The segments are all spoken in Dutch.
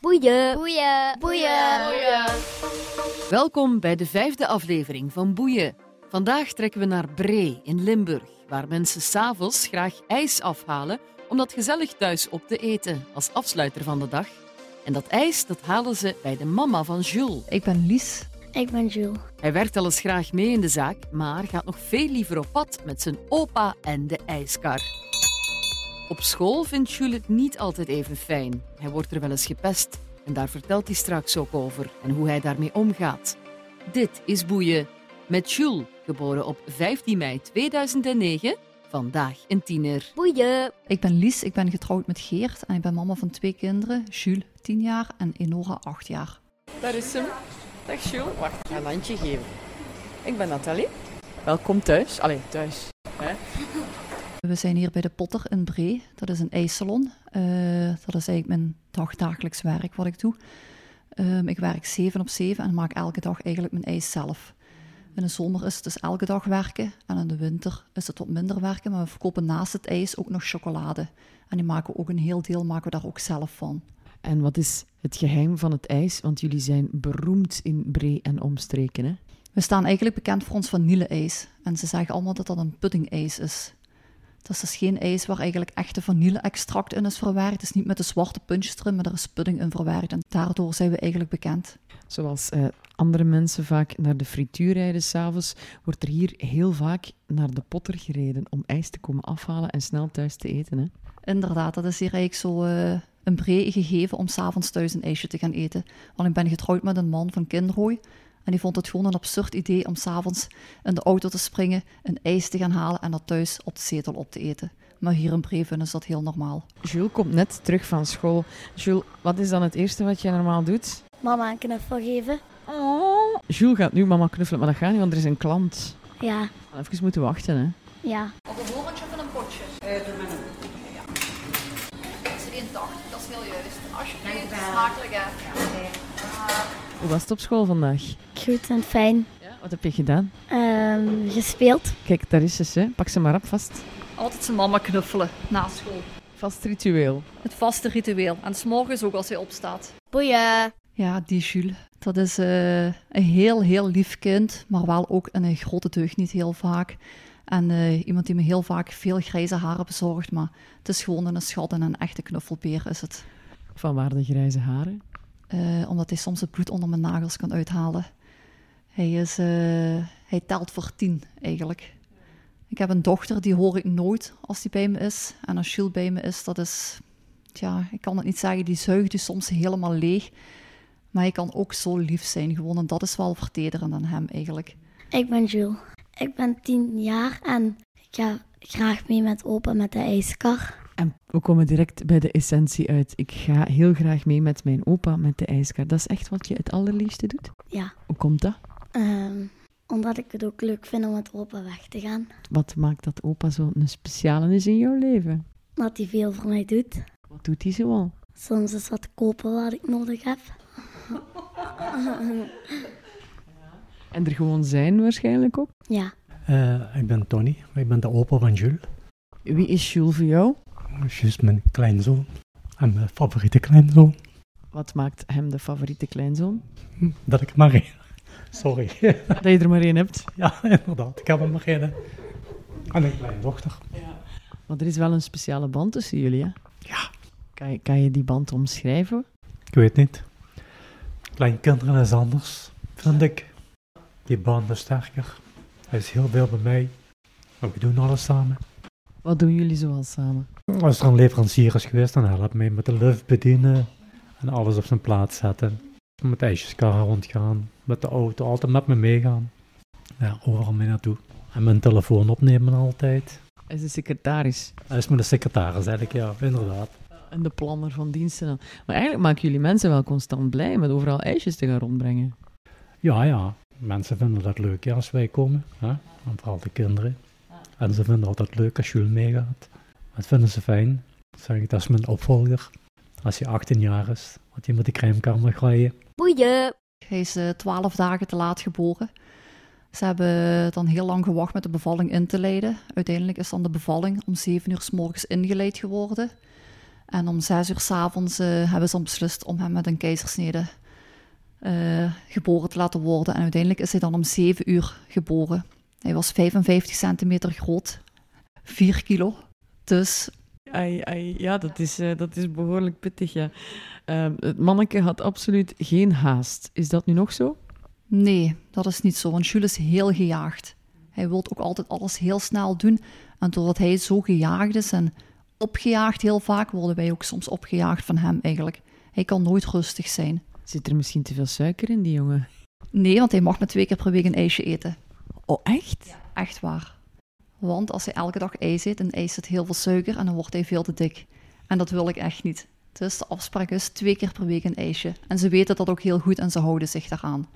Boeien. Boeien. Welkom bij de vijfde aflevering van Boeien. Vandaag trekken we naar Bree in Limburg, waar mensen s'avonds graag ijs afhalen om dat gezellig thuis op te eten als afsluiter van de dag. En dat ijs dat halen ze bij de mama van Jules. Ik ben Lies. Ik ben Jules. Hij werkt al eens graag mee in de zaak, maar gaat nog veel liever op pad met zijn opa en de ijskar. Op school vindt Jules het niet altijd even fijn. Hij wordt er wel eens gepest. En daar vertelt hij straks ook over en hoe hij daarmee omgaat. Dit is Boeien met Jules, geboren op 15 mei 2009, vandaag een tiener. Boeien. Ik ben Lies, ik ben getrouwd met Geert en ik ben mama van twee kinderen, Jules, 10 jaar en Enora, 8 jaar. Daar is hem. Dag Jules. Wacht, ik ga een handje geven. Ik ben Nathalie. Welkom thuis. Allee, thuis. We zijn hier bij de Potter in Bree, dat is een ijssalon. Eh, dat is eigenlijk mijn dagdagelijks werk wat ik doe. Ehm, ik werk 7 op 7 en maak elke dag eigenlijk mijn ijs zelf. In de zomer is het dus elke dag werken en in de winter is het wat minder werken, maar we verkopen naast het ijs ook nog chocolade. En die maken we ook een heel deel maken we daar ook zelf van. En wat is het geheim van het ijs? Want jullie zijn beroemd in Bree en omstreken, hè? We staan eigenlijk bekend voor ons vanille-ijs. En ze zeggen allemaal dat dat een pudding-ijs is. Dat is dus geen ijs waar eigenlijk echte vanille-extract in is verwerkt. Het is niet met de zwarte puntjes erin, maar er is pudding in verwerkt. En daardoor zijn we eigenlijk bekend. Zoals eh, andere mensen vaak naar de frituur rijden s'avonds, wordt er hier heel vaak naar de potter gereden om ijs te komen afhalen en snel thuis te eten, hè? Inderdaad, dat is hier eigenlijk zo eh, een breed gegeven om s'avonds thuis een ijsje te gaan eten. Want ik ben getrouwd met een man van Kinrooi. En die vond het gewoon een absurd idee om s'avonds in de auto te springen, een ijs te gaan halen en dat thuis op de zetel op te eten. Maar hier in Bree vinden ze dat heel normaal. Jules komt net terug van school. Jules, wat is dan het eerste wat je normaal doet? Mama een knuffel geven. Jules gaat nu mama knuffelen, maar dat gaat niet, want er is een klant. Ja. Even moeten wachten, hè. Ja. Hoe was het op school vandaag? Goed en fijn. Wat heb je gedaan? Ehm, gespeeld. Kijk, daar is ze, hè. Pak ze maar op, vast. Altijd zijn mama knuffelen na school. Vast ritueel. Het vaste ritueel. En s'morgens ook als hij opstaat. Boeien. Ja, die Jules. Dat is eh, een heel, heel lief kind. Maar wel ook een grote deugd, niet heel vaak. En eh, iemand die me heel vaak veel grijze haren bezorgt. Maar het is gewoon een schat en een echte knuffelbeer is het. Van waar de grijze haren? Eh, omdat hij soms het bloed onder mijn nagels kan uithalen. Hij, is, eh, hij telt voor tien eigenlijk. Ik heb een dochter, die hoor ik nooit als die bij me is. En als Jules bij me is, dat is... Tja, ik kan het niet zeggen, die zuigt je soms helemaal leeg. Maar hij kan ook zo lief zijn gewoon. En dat is wel vertederend aan hem eigenlijk. Ik ben Jules. Ik ben tien jaar en ik ga graag mee met opa met de ijskar. En we komen direct bij de essentie uit. Ik ga heel graag mee met mijn opa met de ijskar. Dat is echt wat je het allerliefste doet. Ja. Hoe komt dat? Ehm, omdat ik het ook leuk vind om met opa weg te gaan. Wat maakt dat opa zo'n speciale is in jouw leven? Dat hij veel voor mij doet. Wat doet hij zoal? Soms is wat kopen wat ik nodig heb. En er gewoon zijn waarschijnlijk ook. Ja. Eh, ik ben Tony, ik ben de opa van Jules. Wie is Jules voor jou? Jules is mijn kleinzoon en mijn favoriete kleinzoon. Wat maakt hem de favoriete kleinzoon? Hm, Dat ik er maar één. Sorry. Dat je er maar één hebt. ja, inderdaad, ik heb hem maar één. hè. En een kleindochter. Want er is wel een speciale band tussen jullie, hè? Ja. Kan je, kan je die band omschrijven? Ik weet niet. Kleinkinderen is anders, vind ik. Die band is sterker. Hij is heel veel bij mij. En we doen alles samen. Wat doen jullie zoal samen? Als er een leverancier is geweest, dan helpt mij met de lift bedienen en alles op zijn plaats zetten. Met de ijsjeskar rondgaan, met de auto, altijd met me meegaan. Ja, overal mee naartoe. En mijn telefoon opnemen altijd. Hij is de secretaris Hij is mijn secretaris eigenlijk, ja, inderdaad. en de planner van diensten. dan. Maar eigenlijk maken jullie mensen wel constant blij met overal ijsjes te gaan rondbrengen. Ja, ja, mensen vinden dat leuk ja, als wij komen. Hè? En vooral de kinderen. En ze vinden altijd leuk als Jules meegaat. Dat vinden ze fijn. Dat zeg ik, dat is mijn opvolger. Als hij 18 jaar is, want hij moet de crèmekar mag rijden. Boeien. Hij is eh, twaalf dagen te laat geboren. Ze hebben dan heel lang gewacht met de bevalling in te leiden. Uiteindelijk is dan de bevalling om zeven uur s morgens ingeleid geworden. En om zes uur s'avonds eh hebben ze dan beslist om hem met een keizersnede eh, geboren te laten worden. En uiteindelijk is hij dan om zeven uur geboren. Hij was 55 centimeter groot, 4 kilo. Dus Ai, ai, ja, dat is, eh, dat is behoorlijk pittig, ja. Ehm, het manneke had absoluut geen haast. Is dat nu nog zo? Nee, dat is niet zo, want Jules is heel gejaagd. Hij wil ook altijd alles heel snel doen. En doordat hij zo gejaagd is en opgejaagd heel vaak, worden wij ook soms opgejaagd van hem eigenlijk. Hij kan nooit rustig zijn. Zit er misschien te veel suiker in, die jongen? Nee, want hij mag maar twee keer per week een ijsje eten. Oh, echt? Echt waar. Want als hij elke dag ijs eet, en ijs zit heel veel suiker en dan wordt hij veel te dik. En dat wil ik echt niet. Dus de afspraak is twee keer per week een ijsje. En ze weten dat ook heel goed en ze houden zich daaraan.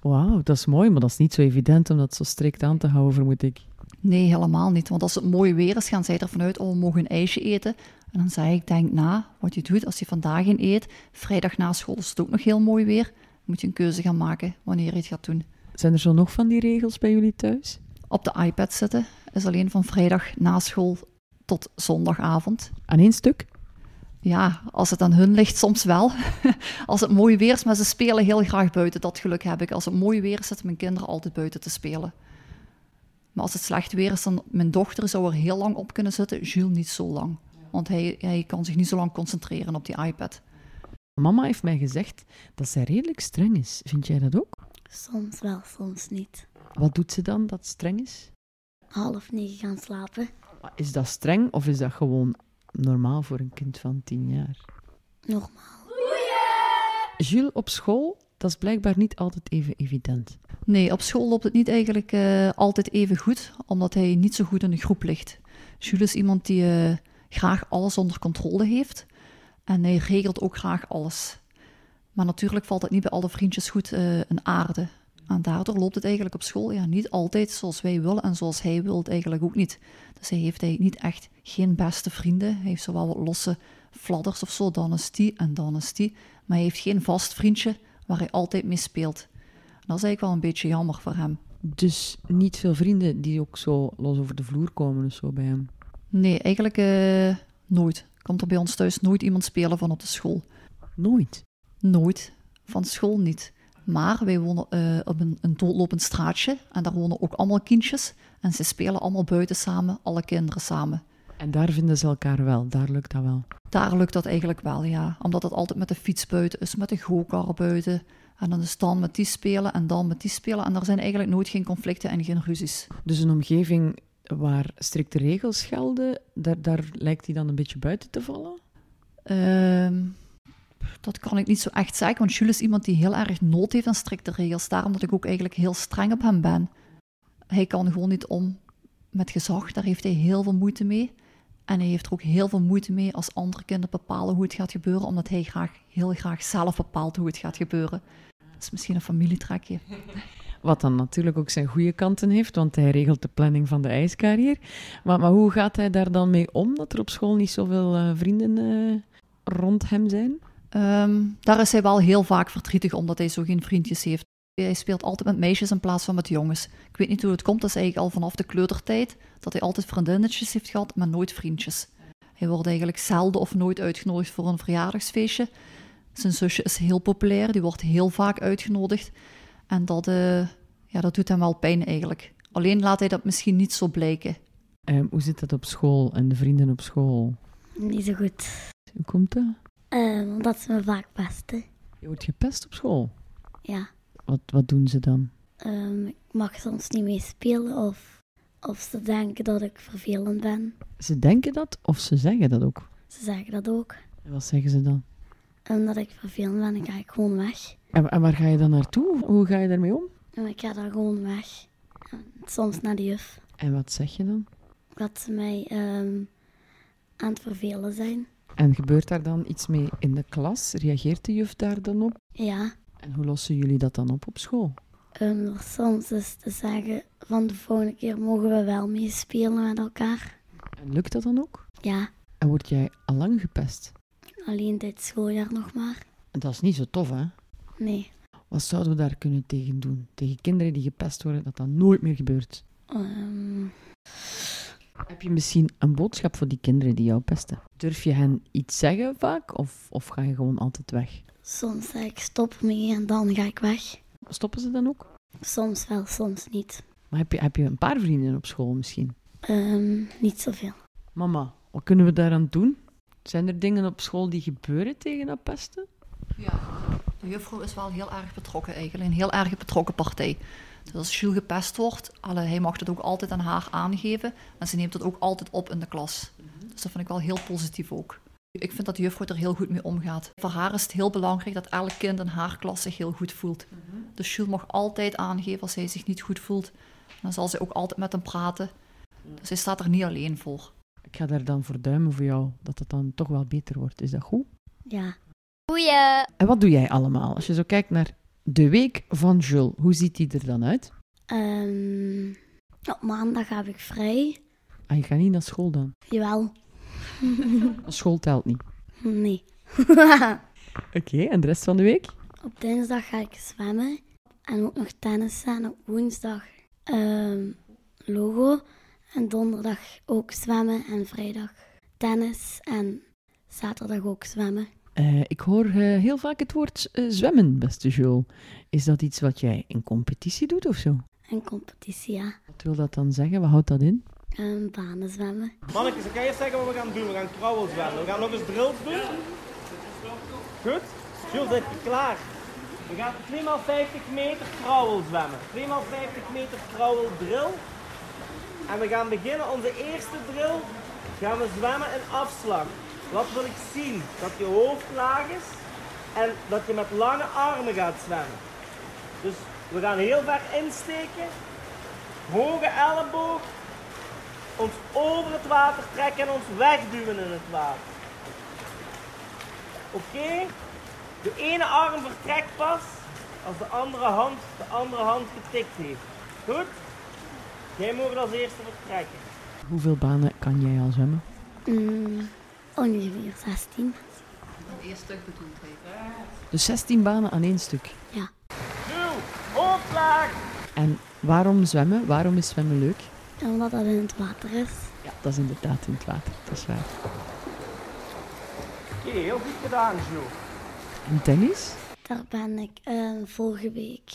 Wauw, dat is mooi, maar dat is niet zo evident om dat zo strikt aan te houden, vermoed ik. Nee, helemaal niet. Want als het mooi weer is, gaan zij ervan uit, oh, we mogen een ijsje eten. En dan zeg ik, denk na wat je doet als je vandaag een eet. Vrijdag na school is het ook nog heel mooi weer. Dan moet je een keuze gaan maken wanneer je het gaat doen. Zijn er zo nog van die regels bij jullie thuis? Op de iPad zitten is alleen van vrijdag na school tot zondagavond. Aan één stuk? Ja, als het aan hun ligt, soms wel. als het mooi weer is, maar ze spelen heel graag buiten. Dat geluk heb ik. Als het mooi weer is, zitten mijn kinderen altijd buiten te spelen. Maar als het slecht weer is, dan mijn dochter zou er heel lang op kunnen zitten. Jules niet zo lang. Want hij, hij kan zich niet zo lang concentreren op die iPad. Mama heeft mij gezegd dat zij redelijk streng is. Vind jij dat ook? Soms wel, soms niet. Wat doet ze dan dat streng is? Half negen gaan slapen. Is dat streng of is dat gewoon normaal voor een kind van tien jaar? Normaal. Jules, op school, dat is blijkbaar niet altijd even evident. Nee, op school loopt het niet eigenlijk eh, altijd even goed, omdat hij niet zo goed in de groep ligt. Jules is iemand die eh, graag alles onder controle heeft en hij regelt ook graag alles. Maar natuurlijk valt het niet bij alle vriendjes goed eh, in aarde. En daardoor loopt het eigenlijk op school ja, niet altijd zoals wij willen en zoals hij wil het eigenlijk ook niet. Dus hij heeft eigenlijk niet echt geen beste vrienden. Hij heeft zowel wat losse fladders of zo, dan is die en dan is die. Maar hij heeft geen vast vriendje waar hij altijd mee speelt. En dat is eigenlijk wel een beetje jammer voor hem. Dus niet veel vrienden die ook zo los over de vloer komen of zo bij hem. Nee, eigenlijk eh, nooit. Komt er bij ons thuis nooit iemand spelen van op de school. Nooit. Nooit. Van school niet. Maar wij wonen eh, op een, een doodlopend straatje en daar wonen ook allemaal kindjes. En ze spelen allemaal buiten samen, alle kinderen samen. En daar vinden ze elkaar wel, daar lukt dat wel. Daar lukt dat eigenlijk wel, ja. Omdat het altijd met de fiets buiten is, met de go-kar buiten. En dan is dan met die spelen en dan met die spelen. En er zijn eigenlijk nooit geen conflicten en geen ruzies. Dus een omgeving waar strikte regels gelden, daar, daar lijkt hij dan een beetje buiten te vallen? Ehm, dat kan ik niet zo echt zeggen, want Jules is iemand die heel erg nood heeft aan strikte regels. Daarom dat ik ook eigenlijk heel streng op hem ben. Hij kan gewoon niet om met gezag, daar heeft hij heel veel moeite mee. En hij heeft er ook heel veel moeite mee als andere kinderen bepalen hoe het gaat gebeuren, omdat hij graag, heel graag zelf bepaalt hoe het gaat gebeuren. Dat is misschien een familietrekje. Wat dan natuurlijk ook zijn goede kanten heeft, want hij regelt de planning van de ijskar hier. Maar, maar hoe gaat hij daar dan mee om, dat er op school niet zoveel eh, vrienden eh, rond hem zijn? Ehm, daar is hij wel heel vaak verdrietig omdat hij zo geen vriendjes heeft. Hij speelt altijd met meisjes in plaats van met jongens. Ik weet niet hoe het komt, dat is eigenlijk al vanaf de kleutertijd dat hij altijd vriendinnetjes heeft gehad, maar nooit vriendjes. Hij wordt eigenlijk zelden of nooit uitgenodigd voor een verjaardagsfeestje. Zijn zusje is heel populair, die wordt heel vaak uitgenodigd. En dat, eh, ja, dat doet hem wel pijn eigenlijk. Alleen laat hij dat misschien niet zo blijken. Eh, hoe zit dat op school en de vrienden op school? Niet zo goed. Hoe komt dat? Eh, omdat ze me vaak pesten. Je wordt gepest op school. Ja. Wat, wat doen ze dan? Ehm, ik mag soms niet mee spelen of, of ze denken dat ik vervelend ben. Ze denken dat of ze zeggen dat ook? Ze zeggen dat ook. En wat zeggen ze dan? Omdat ik vervelend ben, dan ga ik gewoon weg. En, en waar ga je dan naartoe? Hoe ga je daarmee om? En ik ga dan gewoon weg. En soms naar de juf. En wat zeg je dan? Dat ze mij ehm, aan het vervelen zijn. En gebeurt daar dan iets mee in de klas? Reageert de juf daar dan op? Ja. En hoe lossen jullie dat dan op op school? Ehm, door soms is te zeggen van de volgende keer mogen we wel meespelen met elkaar. En lukt dat dan ook? Ja, En word jij allang gepest? alleen dit schooljaar nog maar. Dat is niet zo tof, hè? Nee, Wat zouden we daar kunnen tegen doen? Tegen kinderen die gepest worden, dat dat nooit meer gebeurt. Ehm, Heb je misschien een boodschap voor die kinderen die jou pesten? Durf je hen iets zeggen vaak of, of ga je gewoon altijd weg? Soms zeg ik stop mee en dan ga ik weg. Stoppen ze dan ook? Soms wel, soms niet. Maar heb je, heb je een paar vrienden op school misschien? Ehm, niet zoveel. Mama, wat kunnen we daaraan doen? Zijn er dingen op school die gebeuren tegen dat pesten? De juffrouw is wel heel erg betrokken eigenlijk, een heel erg betrokken partij. Dus als Jules gepest wordt, alle, hij mag dat ook altijd aan haar aangeven. En ze neemt dat ook altijd op in de klas. Dus dat vind ik wel heel positief ook. Ik vind dat de juffrouw er heel goed mee omgaat. Voor haar is het heel belangrijk dat elk kind in haar klas zich heel goed voelt. Dus Jules mag altijd aangeven als hij zich niet goed voelt. En dan zal ze ook altijd met hem praten. Dus hij staat er niet alleen voor. Ik ga daar dan voor duimen voor jou, dat het dan toch wel beter wordt. Is dat goed? Ja. Goeie. En wat doe jij allemaal? Als je zo kijkt naar de week van Jules, hoe ziet die er dan uit? Ehm, op maandag heb ik vrij. Ah, je gaat niet naar school dan. Jawel. School telt niet. nee. Oké, en de rest van de week? op dinsdag ga ik zwemmen. En ook nog tennissen. En op woensdag ehm, logo. En donderdag ook zwemmen. En vrijdag tennis. En zaterdag ook zwemmen. Eh, ik hoor eh, heel vaak het woord eh, zwemmen, beste Jules. Is dat iets wat jij in competitie doet of zo? En competitie, ja. Wat wil dat dan zeggen? Wat houdt dat in? En banen zwemmen. Mannetjes, ik ga eerst zeggen wat we gaan doen. We gaan krabbels zwemmen. We gaan nog eens drills doen. Goed? Jules, zit je klaar? We gaan 2x50 meter krabbel zwemmen. 2x50 meter krabbel drill. En we gaan beginnen onze eerste drill. Gaan we zwemmen in afslag. Wat wil ik zien? Dat je hoofd laag is en dat je met lange armen gaat zwemmen. Dus we gaan heel ver insteken. Hoge elleboog ons over het water trekken en ons wegduwen in het water. Oké? De ene arm vertrekt pas als de andere hand de andere hand getikt heeft. Goed? Jij mag als eerste vertrekken. Hoeveel banen kan jij al zwemmen? Mm, ongeveer 16. Eerst terug bedoeld Dus 16 banen aan één stuk. Duw, hoofdlaag! En waarom zwemmen? Waarom is zwemmen leuk? En Omdat dat in het water is. Ja, dat is inderdaad in het water. Dat is waar. Oké, heel goed gedaan, Joe. En tennis? Daar ben ik eh, vorige week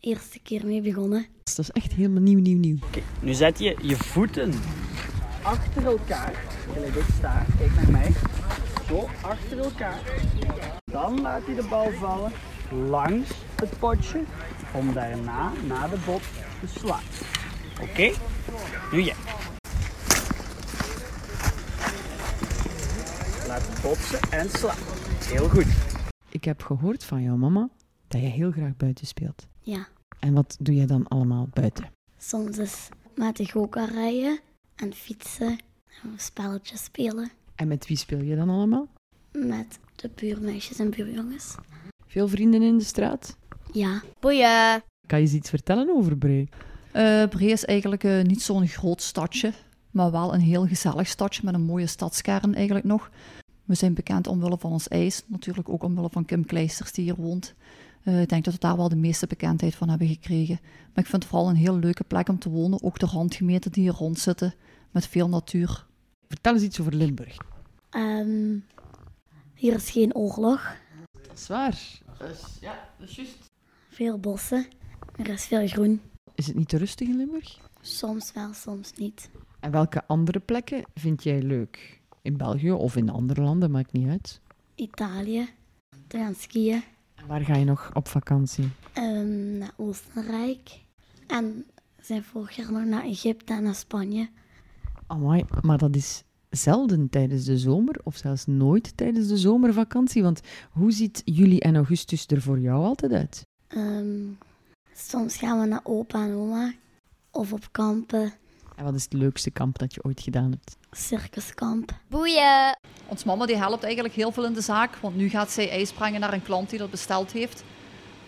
eerste keer mee begonnen. Dat is echt helemaal nieuw, nieuw, nieuw. Nu zet je je voeten achter elkaar. Gelijk ik sta, kijk naar mij. Zo, achter elkaar. Dan laat je de bal vallen langs het potje om daarna naar de bot te slaan. Oké? Nu jij. Laat het botsen en slaan. Heel goed. Ik heb gehoord van jouw mama dat je heel graag buiten speelt. Ja, En wat doe jij dan allemaal buiten? soms is met de goka rijden en fietsen en spelletjes spelen En met wie speel je dan allemaal? met de buurmeisjes en buurjongens. Veel vrienden in de straat? Ja, Boeien. Kan je eens iets vertellen over Bree? Eh Bree is eigenlijk eh, niet zo'n groot stadje, maar wel een heel gezellig stadje met een mooie stadskern eigenlijk nog. We zijn bekend omwille van ons ijs, natuurlijk ook omwille van Kim Kleisters die hier woont. Eh, ik denk dat we daar wel de meeste bekendheid van hebben gekregen. Maar ik vind het vooral een heel leuke plek om te wonen, ook de randgemeenten die hier rond zitten, met veel natuur. Vertel eens iets over Limburg. ehm, hier is geen oorlog, Dat is waar. veel bossen, er is veel groen. Is het niet te rustig in Limburg? Soms wel, soms niet. En welke andere plekken vind jij leuk? In België of in andere landen, maakt niet uit. Italië, te gaan skiën, En waar ga je nog op vakantie? ehm, naar Oostenrijk en we zijn vorig jaar nog naar Egypte en naar Spanje. Amai, maar dat is zelden tijdens de zomer of zelfs nooit tijdens de zomervakantie. Want hoe ziet juli en augustus er voor jou altijd uit? Ehm, soms gaan we naar opa en oma of op kampen, En wat is het leukste kamp dat je ooit gedaan hebt? circuskamp. Boeien. Ons mama die helpt eigenlijk heel veel in de zaak, want nu gaat zij ijs brengen naar een klant die dat besteld heeft.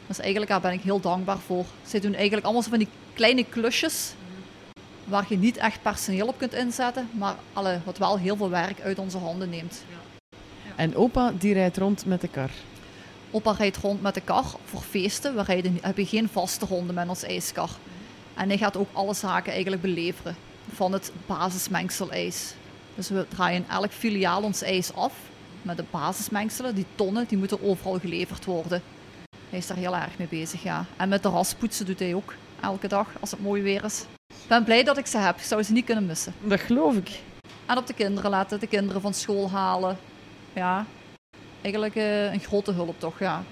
Dus eigenlijk daar ben ik heel dankbaar voor. Zij doen eigenlijk allemaal zo van die kleine klusjes, waar je niet echt personeel op kunt inzetten, maar alle, wat wel heel veel werk uit onze handen neemt. En opa die rijdt rond met de kar. Opa rijdt rond met de kar voor feesten. We rijden, hebben geen vaste ronde met ons ijskar. En hij gaat ook alle zaken eigenlijk beleveren. van het basismengsel ijs. Dus we draaien elk filiaal ons ijs af. Maar de basismengselen, die tonnen, die moeten overal geleverd worden. Hij is daar heel erg mee bezig, ja. En met de raspoetsen doet hij ook elke dag, als het mooi weer is. Ik ben blij dat ik ze heb. Ik zou ze niet kunnen missen. Dat geloof ik. En op Ah, de kinderen laten, de kinderen van school halen. Ja, eigenlijk eh, een grote hulp toch, ja.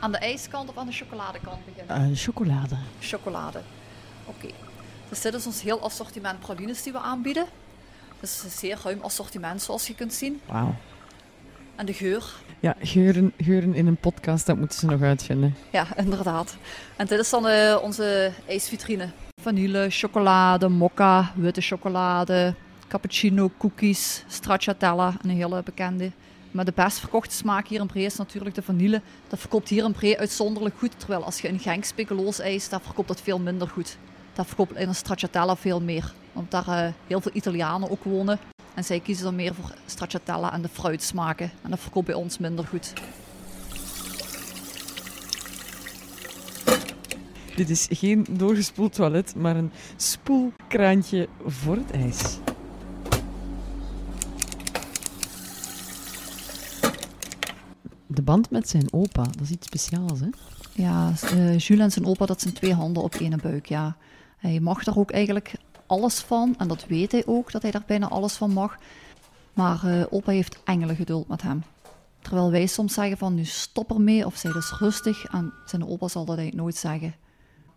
Aan de ijskant of aan de chocoladekant beginnen? Eh, chocolade. Chocolade. Oké. Dus dit is ons heel assortiment pralines die we aanbieden. Dus een zeer ruim assortiment zoals je kunt zien. Wauw. En de geur, Ja, geuren, geuren in een podcast, dat moeten ze nog uitvinden. ja inderdaad. En dit is dan eh, onze ijsvitrine. Vanille, chocolade, mokka, witte chocolade, cappuccino, cookies, stracciatella, een hele bekende. Maar de best verkochte smaak hier in Bree is natuurlijk de vanille. Dat verkoopt hier in Bree uitzonderlijk goed. Terwijl als je een Genk speculoos ijs, dat verkoopt dat veel minder goed. Dat verkoopt in een stracciatella veel meer. Omdat daar eh, heel veel Italianen ook wonen. En zij kiezen dan meer voor stracciatella en de fruitsmaken. En dat verkoopt bij ons minder goed. Dit is geen doorgespoeld toilet, maar een spoelkraantje voor het ijs. De band met zijn opa, dat is iets speciaals, hè? Ja, eh Jules en zijn opa, dat zijn twee handen op één buik, ja. Hij mag daar ook eigenlijk alles van. En dat weet hij ook, dat hij daar bijna alles van mag. Maar eh, opa heeft engelengeduld met hem. Terwijl wij soms zeggen van, nu stop ermee, of zij dus rustig. En zijn opa zal dat eigenlijk nooit zeggen.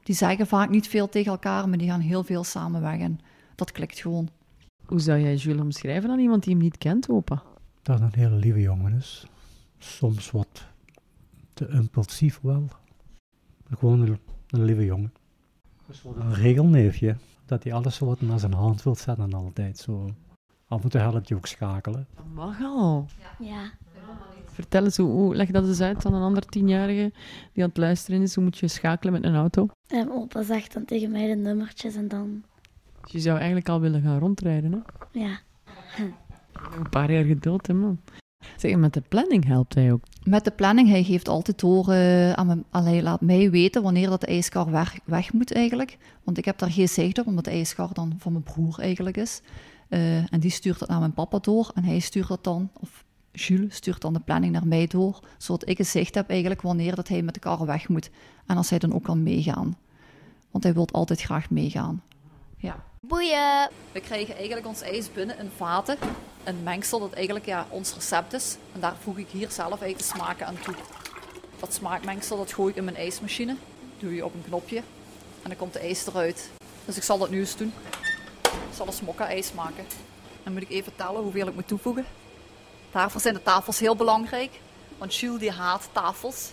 Die zeggen vaak niet veel tegen elkaar, maar die gaan heel veel samen weg. En dat klikt gewoon. Hoe zou jij Jules omschrijven aan iemand die hem niet kent, opa? Dat een hele lieve jongen is. Soms wat te impulsief wel. Maar gewoon een, een lieve jongen. Dus wat een regelneefje. Dat hij alles wat naar zijn hand wil zetten altijd. Zo. Af en toe helpt hij ook schakelen. Dat mag al. Ja. Vertel eens, hoe, hoe, leg dat eens uit aan een ander tienjarige die aan het luisteren is. Hoe moet je schakelen met een auto? En opa zegt dan tegen mij de nummertjes en dan, Dus je zou eigenlijk al willen gaan rondrijden, hè? ja. Een paar jaar geduld, hè, man. Zeg, met de planning helpt hij ook. Met de planning, hij geeft altijd door eh, aan mijn, al hij laat mij weten wanneer dat de ijskar weg, weg moet eigenlijk. Want ik heb daar geen zicht op, omdat de ijskar dan van mijn broer eigenlijk is. Eh, en die stuurt dat naar mijn papa door en hij stuurt dat dan, of Jules stuurt dan de planning naar mij door, zodat ik een zicht heb eigenlijk wanneer dat hij met de kar weg moet. En als hij dan ook kan meegaan. Want hij wil altijd graag meegaan. Boeien. We krijgen eigenlijk ons ijs binnen in vaten. Een mengsel dat eigenlijk ja, ons recept is. En daar voeg ik hier zelf eigenlijk de smaken aan toe. Dat smaakmengsel dat gooi ik in mijn ijsmachine. Doe je op een knopje. En dan komt de ijs eruit. Dus ik zal dat nu eens doen. Ik zal een smokka-ijs maken. Dan moet ik even tellen hoeveel ik moet toevoegen. Daarvoor zijn de tafels heel belangrijk. Want Jules die haat tafels.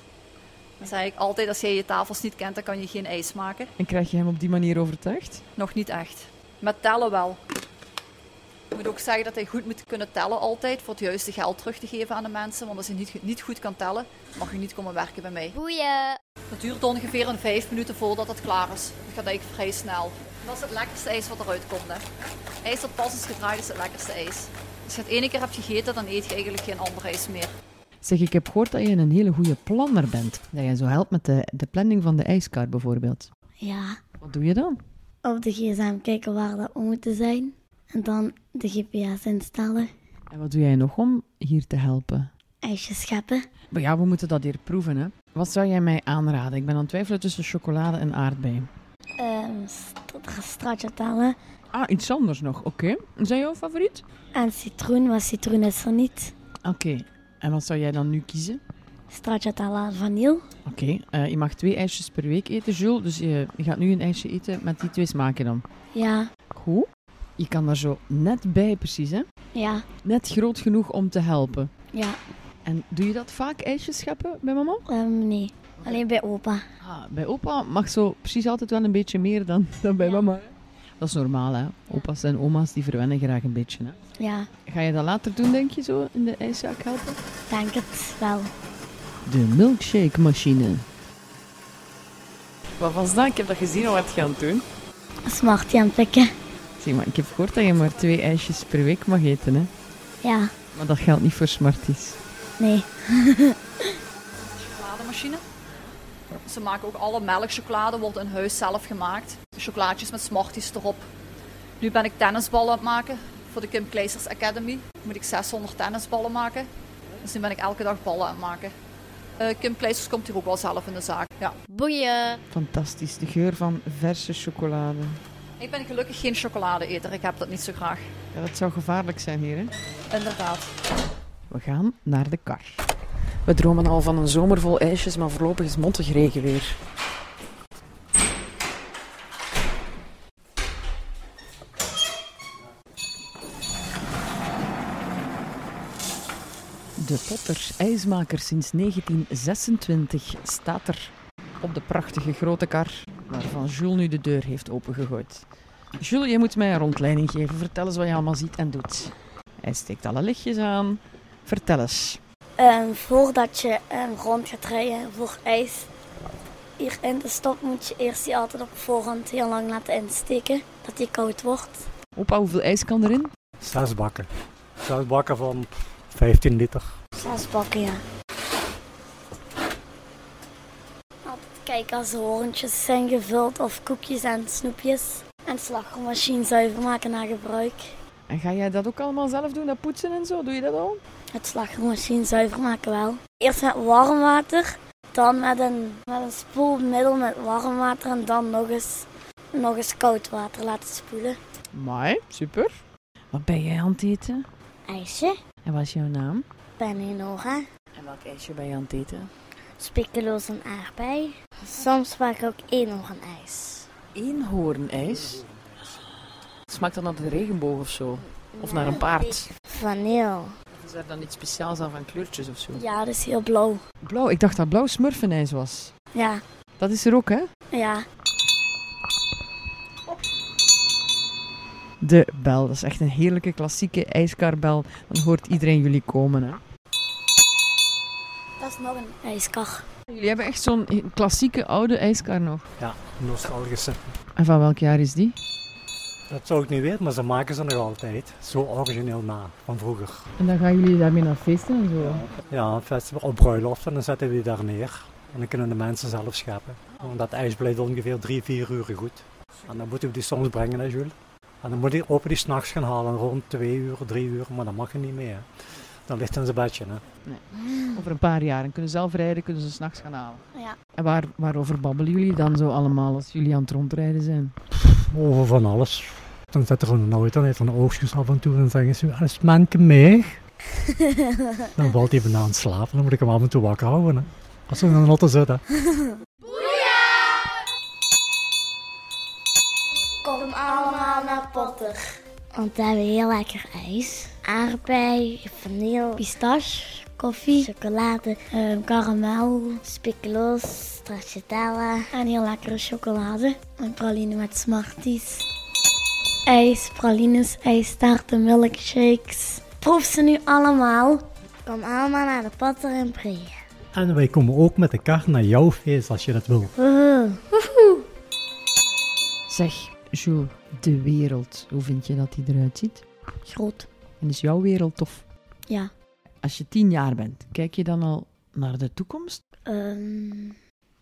Dan zeg ik altijd, als jij je tafels niet kent, dan kan je geen ijs maken. En krijg je hem op die manier overtuigd? Nog niet echt. Met tellen wel. Ik moet ook zeggen dat hij goed moet kunnen tellen altijd, voor het juiste geld terug te geven aan de mensen. Want als hij niet, niet goed kan tellen, mag hij niet komen werken bij mij. Boeien. Dat duurt ongeveer een vijf minuten voordat het klaar is. Dat gaat eigenlijk vrij snel. Dat is het lekkerste ijs wat eruit komt. Hè. IJs dat pas is gedraaid is het lekkerste ijs. Als je het ene keer hebt gegeten, dan eet je eigenlijk geen ander ijs meer. Zeg, ik heb gehoord dat je een hele goede planner bent. Dat jij zo helpt met de, de planning van de ijskar bijvoorbeeld. Ja. Wat doe je dan? Op de gsm kijken waar dat we moeten zijn. En dan de gps instellen. En wat doe jij nog om hier te helpen? Ijsjes scheppen. Maar ja, we moeten dat hier proeven, hè. Wat zou jij mij aanraden? Ik ben aan het twijfelen tussen chocolade en aardbei. ehm, st- stracciatella. Ah, iets anders nog. Oké. Is dat jouw favoriet? En citroen, want citroen is er niet. Oké. En wat zou jij dan nu kiezen? Stracciatella en vanille. Oké. eh, je mag twee ijsjes per week eten, Jules. Dus je, je gaat nu een ijsje eten met die twee smaken dan. Ja, Goed. Je kan daar zo net bij, precies, hè? ja, Net groot genoeg om te helpen. ja. En doe je dat vaak, ijsjes scheppen bij mama? Ehm, nee, alleen bij opa. Ah, bij opa mag zo precies altijd wel een beetje meer dan, dan bij Ja. mama. hè? Dat is normaal, hè? Opa's en oma's die verwennen graag een beetje. Hè? Ja, Ga je dat later doen, denk je, zo in de ijszaak helpen? denk het wel. De milkshake machine. Wat was dat? Ik heb dat gezien al wat gaan doen. Smartie aanpikken. Zeg maar, ik heb gehoord dat je maar twee ijsjes per week mag eten, hè? Ja, Maar dat geldt niet voor Smarties. nee. chocolademachine. Ze maken ook alle melkchocolade, wordt in huis zelf gemaakt. Chocolaatjes met smarties erop. Nu ben ik tennisballen aan het maken voor de Kim Kleisters Academy. Moet ik 600 tennisballen maken. Dus nu ben ik elke dag ballen aan het maken. Eh, Kim Kleisters komt hier ook wel zelf in de zaak. Ja. Boeien. Fantastisch, de geur van verse chocolade. Ik ben gelukkig geen chocoladeeter. Ik heb dat niet zo graag. Ja, dat zou gevaarlijk zijn hier, hè? Inderdaad. We gaan naar de kar. We dromen al van een zomer vol ijsjes, maar voorlopig is montig regen weer. De Potter, ijsmaker sinds 1926, staat er op de prachtige grote kar waarvan Jules nu de deur heeft opengegooid. Jules, jij moet mij een rondleiding geven. Vertel eens wat je allemaal ziet en doet. Hij steekt alle lichtjes aan. Vertel eens. Ehm, voordat je ehm, rond gaat rijden voor ijs, hier in de stop moet je eerst die altijd op voorhand heel lang laten insteken, dat die koud wordt. Opa, hoeveel ijs kan erin? Zes bakken. Zes bakken van 15 liter. Zes bakken, ja. Altijd kijken als de horentjes zijn gevuld of koekjes en snoepjes. En slagroomachine zuiver maken na gebruik. En ga jij dat ook allemaal zelf doen, dat poetsen en zo? Doe je dat al? Het slagroomachine zuiver maken wel. Eerst met warm water, dan met een, met een spoelmiddel met warm water en dan nog eens, nog eens koud water laten spoelen. Mai, super. Wat ben jij aan het eten? IJsje, En wat is jouw naam? Penninora, En welk ijsje ben je aan het eten? spikkeloos en aardbei. Soms maak ik ook eenhoornijs. Eenhoornijs. Smaakt dat naar de regenboog of zo? Of naar een paard? Vaneel. Is er dan iets speciaals aan van kleurtjes of zo? Ja, dat is heel blauw. Blauw, ik dacht dat blauw smurfenijs was. Ja, Dat is er ook, hè? ja. De bel, dat is echt een heerlijke klassieke ijskarbel. Dan hoort iedereen jullie komen, hè? Dat is nog een ijskar. Jullie hebben echt zo'n klassieke oude ijskar nog. Ja, nostalgische. En van welk jaar is die? Dat zou ik niet weten, maar ze maken ze nog altijd. Zo origineel na, van vroeger. En dan gaan jullie daarmee naar feesten en zo. Ja, een festival op bruiloft en dan zetten we die daar neer. En dan kunnen de mensen zelf scheppen. Want dat ijs blijft ongeveer drie, vier uur goed. En dan moeten we die soms brengen, hè Jules. En dan moet je open die s'nachts gaan halen, rond twee uur, drie uur. Maar dat mag je niet meer, hè. Dan ligt het in zijn bedje, hè. Over een paar jaar. En kunnen zelf rijden, kunnen ze s'nachts gaan halen. Ja. En waar, waarover babbelen jullie dan zo allemaal als jullie aan het rondrijden zijn? Over van alles. Dan zet er een auto uit van de oogstjes af en toe en dan zeggen ze, als manke mee. Dan valt hij bijna aan het slapen, dan moet ik hem af en toe wakker houden. Hè. Als ze in een auto zitten. Kom allemaal naar Potter. Want daar hebben we heel lekker ijs. Aardbei, vaneel, pistache, koffie, chocolade, ehm karamel, spikkeloos, stracciatella. En heel lekkere chocolade. En praline met smarties. Ijs, pralines, ijstaarten, milkshakes. Proef ze nu allemaal. Kom allemaal naar de Potter en Bree. En wij komen ook met de kaart naar jouw feest als je dat wil. Woehoe. Zeg, Jules, de wereld. Hoe vind je dat die eruit ziet? Groot. En is jouw wereld tof? Ja. Als je tien jaar bent, kijk je dan al naar de toekomst? Ehm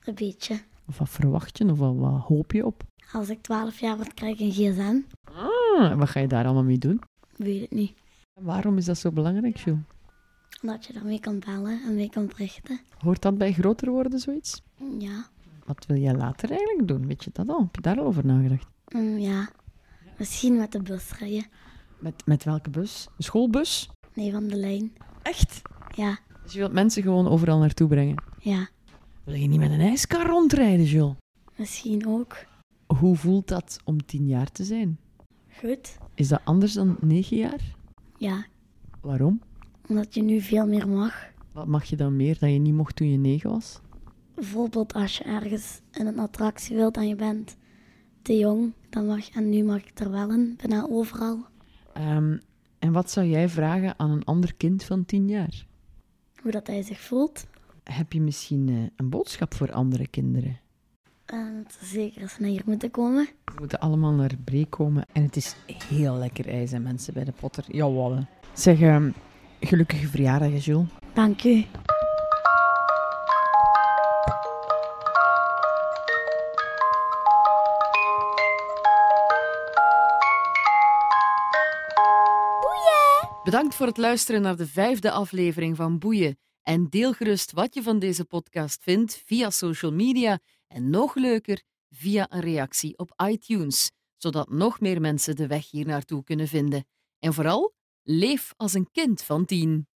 een beetje. Of wat verwacht je? Of wat, wat hoop je op? Als ik 12 jaar word, krijg ik een gsm. Ah, en wat ga je daar allemaal mee doen? Weet het niet. Waarom is dat zo belangrijk, Jules? Dat je daarmee kan bellen en mee kan berichten. Hoort dat bij groter worden, zoiets? Ja, Wat wil jij later eigenlijk doen? Weet je dat al? Heb je daar al over nagedacht? Mm, ja. Misschien met de bus rijden. Met, met welke bus? Een schoolbus? Nee, van de lijn. Echt? Ja, Dus je wilt mensen gewoon overal naartoe brengen. ja. Wil je niet met een ijskar rondrijden, Jules? Misschien ook. Hoe voelt dat om tien jaar te zijn? Goed. Is dat anders dan negen jaar? Ja, Waarom? omdat je nu veel meer mag. Wat mag je dan meer dat je niet mocht toen je negen was? Bijvoorbeeld als je ergens in een attractie wilt en je bent te jong, dan mag En nu mag ik er wel in, bijna overal. Ehm, en wat zou jij vragen aan een ander kind van tien jaar? Hoe dat hij zich voelt. Heb je misschien eh, een boodschap voor andere kinderen? En dat ze zeker eens naar hier moeten komen. Ze moeten allemaal naar Bree komen. En het is heel lekker ijs, en mensen, bij de Potter. Jawel. hè. Zeg, ehm, gelukkige verjaardag, hè, Jules. Dank u. Bedankt voor het luisteren naar de vijfde aflevering van Boeien. En deel gerust wat je van deze podcast vindt via social media en nog leuker via een reactie op iTunes, zodat nog meer mensen de weg hier naartoe kunnen vinden. En vooral, leef als een kind van tien.